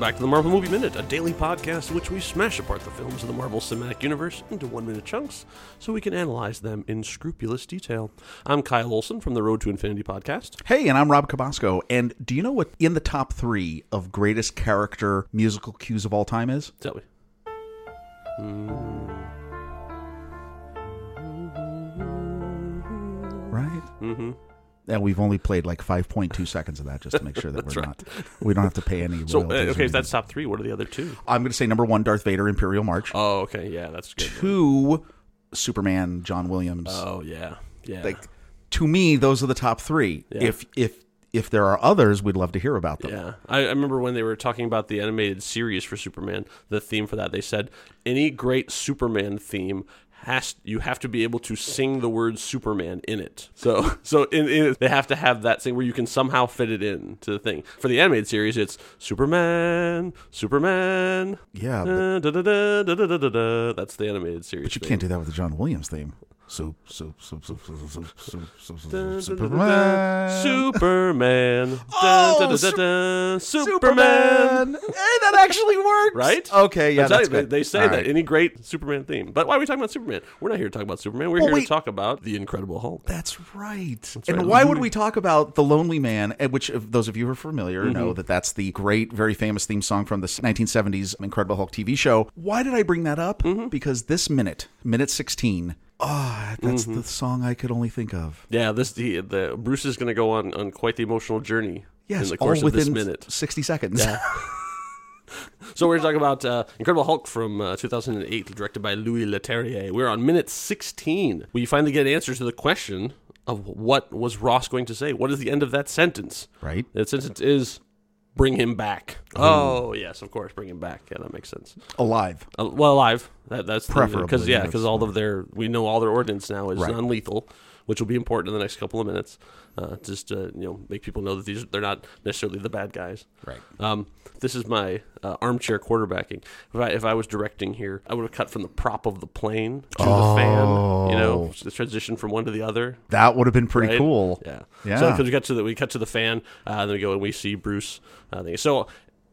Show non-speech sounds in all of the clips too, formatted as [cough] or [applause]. back to the Marvel Movie Minute, a daily podcast in which we smash apart the films of the Marvel Cinematic Universe into one minute chunks so we can analyze them in scrupulous detail. I'm Kyle Olson from the Road to Infinity podcast. Hey, and I'm Rob Cabasco. And do you know what in the top three of greatest character musical cues of all time is? Tell me. Right. Mm-hmm. And we've only played like 5.2 seconds of that just to make sure [laughs] that we're right. not, [laughs] we don't have to pay any. So, uh, royalties or okay, if anything. that's top three, what are the other two? I'm going to say number one, Darth Vader, Imperial March. Oh, okay, yeah, that's good. Two, Superman, John Williams. Oh, yeah, yeah. like to me, those are the top three. Yeah. If if if there are others, we'd love to hear about them. Yeah, I, I remember when they were talking about the animated series for Superman. The theme for that, they said, any great Superman theme has you have to be able to sing the word Superman in it. So, [laughs] so in, in they have to have that thing where you can somehow fit it in to the thing. For the animated series, it's Superman, Superman. Yeah, but, Da, da, da, da, da, da, da, da. That's the animated series. but you thing. can't do that with the John Williams theme. So so so so so so so so so Superman. Superman. Superman. Oh, Dun, dun, dun, Sup- dun, dun. Superman. Superman. Hey, that actually works. Right? Okay, yeah, I'm telling that's you, they- good. They, say All that right. any great Superman theme. But why are we talking about Superman? We're not here to talk about Superman. We're Well, here to wait. talk about the Incredible Hulk. That's right. and right. Mm-hmm. why would we talk about The Lonely Man, eh, which if those of you who are familiar know Mm-hmm. that that's the great, very famous theme song from the 1970s Incredible Hulk TV show. Why did I bring that up? Mm-hmm. Because this minute, minute 16, ah, that's Mm-hmm. the song I could only think of. Yeah, this the, the Bruce is going to go on, on quite the emotional journey Yes, in the course all of this within minute. 60 seconds. So we're talking about uh, Incredible Hulk from uh, 2008, directed by Louis Leterrier. We're on minute 16. We finally get an answer to the question of what was Ross going to say? What is the end of that sentence? [laughs] Right? That sentence is bring him back. Oh, yes, of course, bring him back. Yeah, that makes sense. Alive. Uh, well, alive. That, that's Preferably, because yeah, yes. because all of their we know all their ordinance now is Right. non-lethal, which will be important in the next couple of minutes. Uh, just to you know, make people know that these they're not necessarily the bad guys. Right. Um, this is my uh, armchair quarterbacking. If I if I was directing here, I would have cut from the prop of the plane to the fan. You Oh. know, the transition from one to the other. That would have been pretty Right? cool. Yeah. Yeah. So 'cause we cut to the we cut to the fan, uh, and then we go and we see Bruce. Uh, thing. So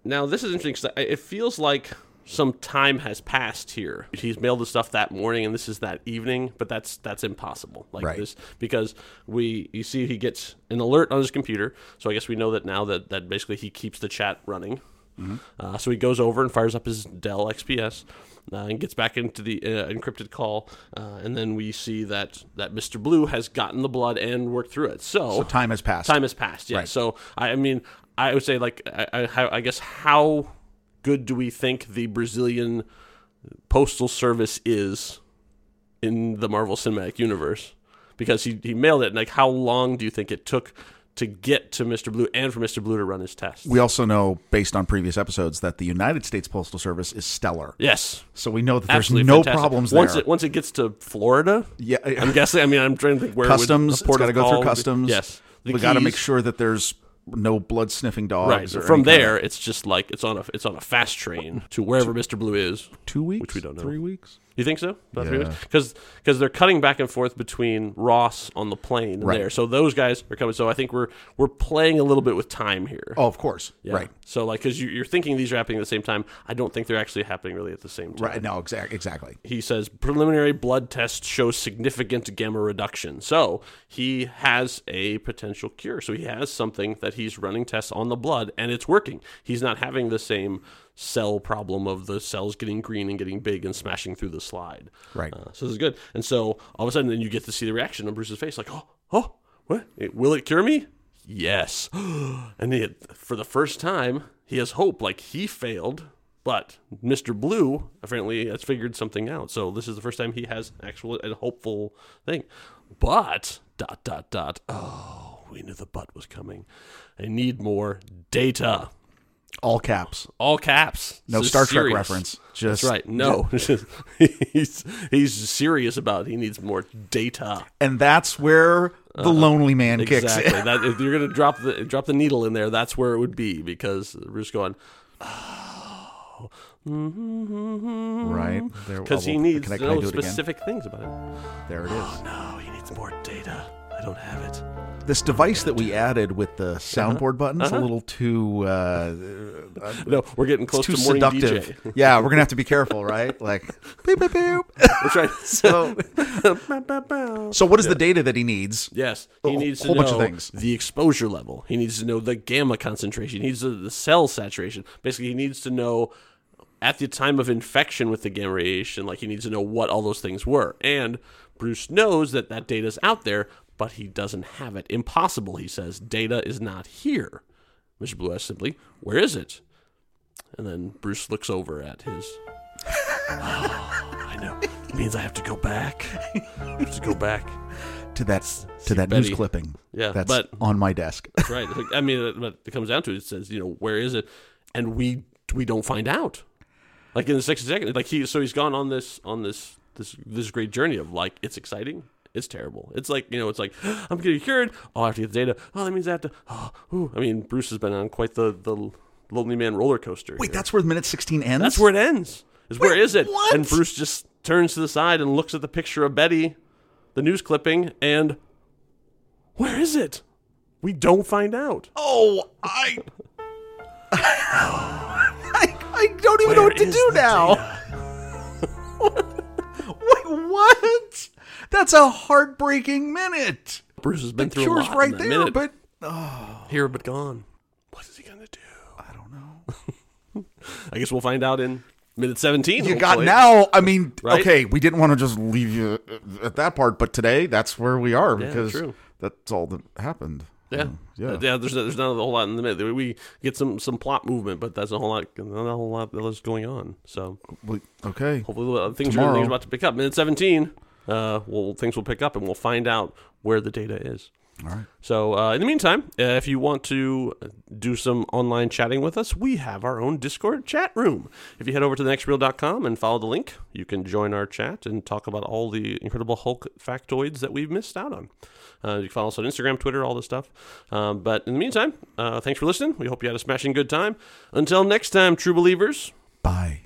now this is interesting because it feels like some time has passed here. He's mailed the stuff that morning, and this is that evening. But that's that's impossible. Like Right. this because we you see he gets an alert on his computer. So I guess we know that now that that basically he keeps the chat running. Uh, so he goes over and fires up his Dell XPS uh, and gets back into the uh, encrypted call. Uh, and then we see that, that Mr. Blue has gotten the blood and worked through it. So, So time has passed. time has passed. Yeah. Right. So So I, I mean, I would say like I, I, how- I guess how good do we think the Brazilian postal service is in the Marvel Cinematic Universe? Because he, he mailed it. And like, how long do you think it took to get to Mr. Blue and for Mr. Blue to run his test? we also know, based on previous episodes, that the United States Postal Service is stellar. yes. So we know that there's Absolutely no fantastic. problems once there. it once it gets to Florida. [laughs] Yeah. uh, I'm guessing. I mean, I'm trying to think where it would- customs. the It's port got to of go call through would be- customs. yes, the we got to keys. make sure that there's no blood sniffing Right, dogs. or from any kind there, it's just like it's on a it's on a fast train to wherever Mr. Blue is. of- two weeks, which we don't know. Three weeks. You think so? About three Yeah. weeks? Because they're cutting back and forth between Ross on the plane and Right. there. So those guys are coming. So I think we're we're playing a little bit with time here. Oh, of course. Yeah. Right. So like, because you, you're thinking these are happening at the same time. I don't think they're actually happening really at the same time. Right. No. Exactly. Exactly. he says preliminary blood test shows significant gamma reduction. So he has a potential cure. So he has something that he's running tests on the blood and it's working. He's not having the same cell problem of the cells getting green and getting big and smashing through the slide. Right. Uh, so this is good. And so all of a sudden, then you get to see the reaction on Bruce's face like, oh, oh, what? It- will it cure me? Yes. [gasps] and he, for the first time, he has hope. Like he failed, but Mr. Blue apparently has figured something out. So this is the first time he has actual and hopeful thing. But dot dot dot. Oh, we knew the butt was coming. I need more data. All caps. All caps. No This is Star Trek serious. reference. Just That's right. No, [laughs] [laughs] he's he's serious about. It. He needs more data. And that's where the lonely man kicks Uh-huh. Exactly. that, if you're gonna drop the drop the needle in there, that's where it would be because Bruce going in. [laughs] Right. [laughs] There- because oh, he well, needs can I, to can I know do it again? specific things about it. There it is. No, he needs more data. I I don't have it. This device that we added with Uh-huh. the soundboard button is a little too uh, No, we're getting close too to morning seductive. DJ. Yeah, we're gonna have to be careful, right? [laughs] Like, beep, beep, beep. That's right. [laughs] So, Bow, bow, bow. so what is the data that he needs? Yes, he A needs to Oh, whole know bunch of things. the exposure level. He needs to know the gamma concentration. He needs to, the cell saturation. Basically, he needs to know at the time of infection with the gamma radiation. Like he needs to know what all those things were. And Bruce knows that that data is out there, but he doesn't have it. Impossible, he says. Data is not here. Mr. Blue asks simply, "Where is it?" And then Bruce looks over at his. oh, I know. It means I have to go back. I have to go back. To that to that Betty. news clipping. Yeah, that's but- on my desk. right. It's like- I mean, it- but it comes down to it, it says, you know, where is it? And we we don't find out. Like in the sixty second, like he so he's gone on this on this this this great journey of like it's exciting, it's terrible. It's like you know, it's like [gasps] I'm getting cured. Oh, I have to get the data. Oh, that means I have to. [gasps] Oh, ooh. I mean, Bruce has been on quite the the lonely man roller coaster. Wait, here. that's where minute sixteen ends. that's where it ends. Is where is it? what? And Bruce just turns to the side and looks at the picture of Betty, the news clipping, and where is it? We don't find out. Oh, [laughs] I. I, I don't even know Where what to is do the now. [laughs] Wait, what? That's a heartbreaking minute. Bruce has been The through cure's a lot right in that there, minute. but here but gone. What is he gonna do? I don't know. [laughs] I guess we'll find out in minute seventeen. You got hopefully. now. I mean, Right? okay, we didn't want to just leave you at that part, but today that's where we are because true. that's all that happened. Yeah, yeah. yeah. there's there's not a whole lot in the minute. We get some some plot movement, but that's a whole lot not a whole lot that's going on. So We- Okay. hopefully the things are Tomorrow. things are about to pick up. Minute seventeen, uh, well things will pick up and we'll find out where the data is. All right. So, uh, in the meantime, uh, if you want to do some online chatting with us, we have our own Discord chat room. If you head over to thenextreel.com and follow the link, you can join our chat and talk about all the incredible Hulk factoids that we've missed out on. Uh, you can follow us on Instagram, Twitter, all this stuff. Um, but in the meantime, uh, thanks for listening. We hope you had a smashing good time. Until next time, true believers. Bye.